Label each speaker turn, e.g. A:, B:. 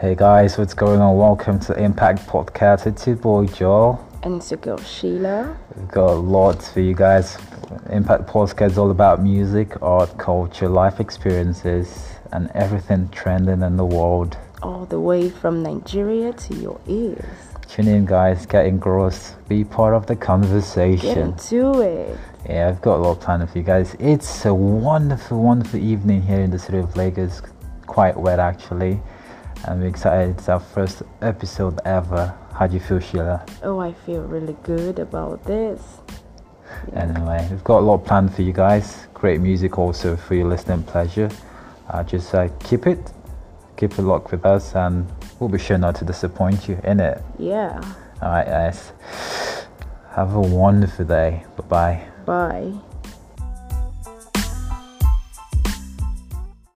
A: Hey guys, what's going on? Welcome to Impact Podcast. It's your boy Joel.
B: And it's your girl Sheila.
A: We've got lots for you guys. Impact Podcast is all about music, art, culture, life experiences, and everything trending in the world.
B: All the way from Nigeria to your ears.
A: Tune in, guys. Get engrossed. Be part of the
B: Get
A: conversation.
B: into it.
A: Yeah, I've got a lot planned for you guys. It's a wonderful, wonderful evening here in the city of Lagos. Quite wet, actually. And we're excited. It's our first episode ever. How do you feel, Sheila?
B: Oh, I feel really good about this.
A: Anyway, we've got a lot planned for you guys. Great music also for your listening pleasure. Uh, just uh, keep it, keep it locked with us, and we'll be sure not to disappoint you in it.
B: Yeah.
A: All right, guys. Have a wonderful day. Bye bye.
B: Bye.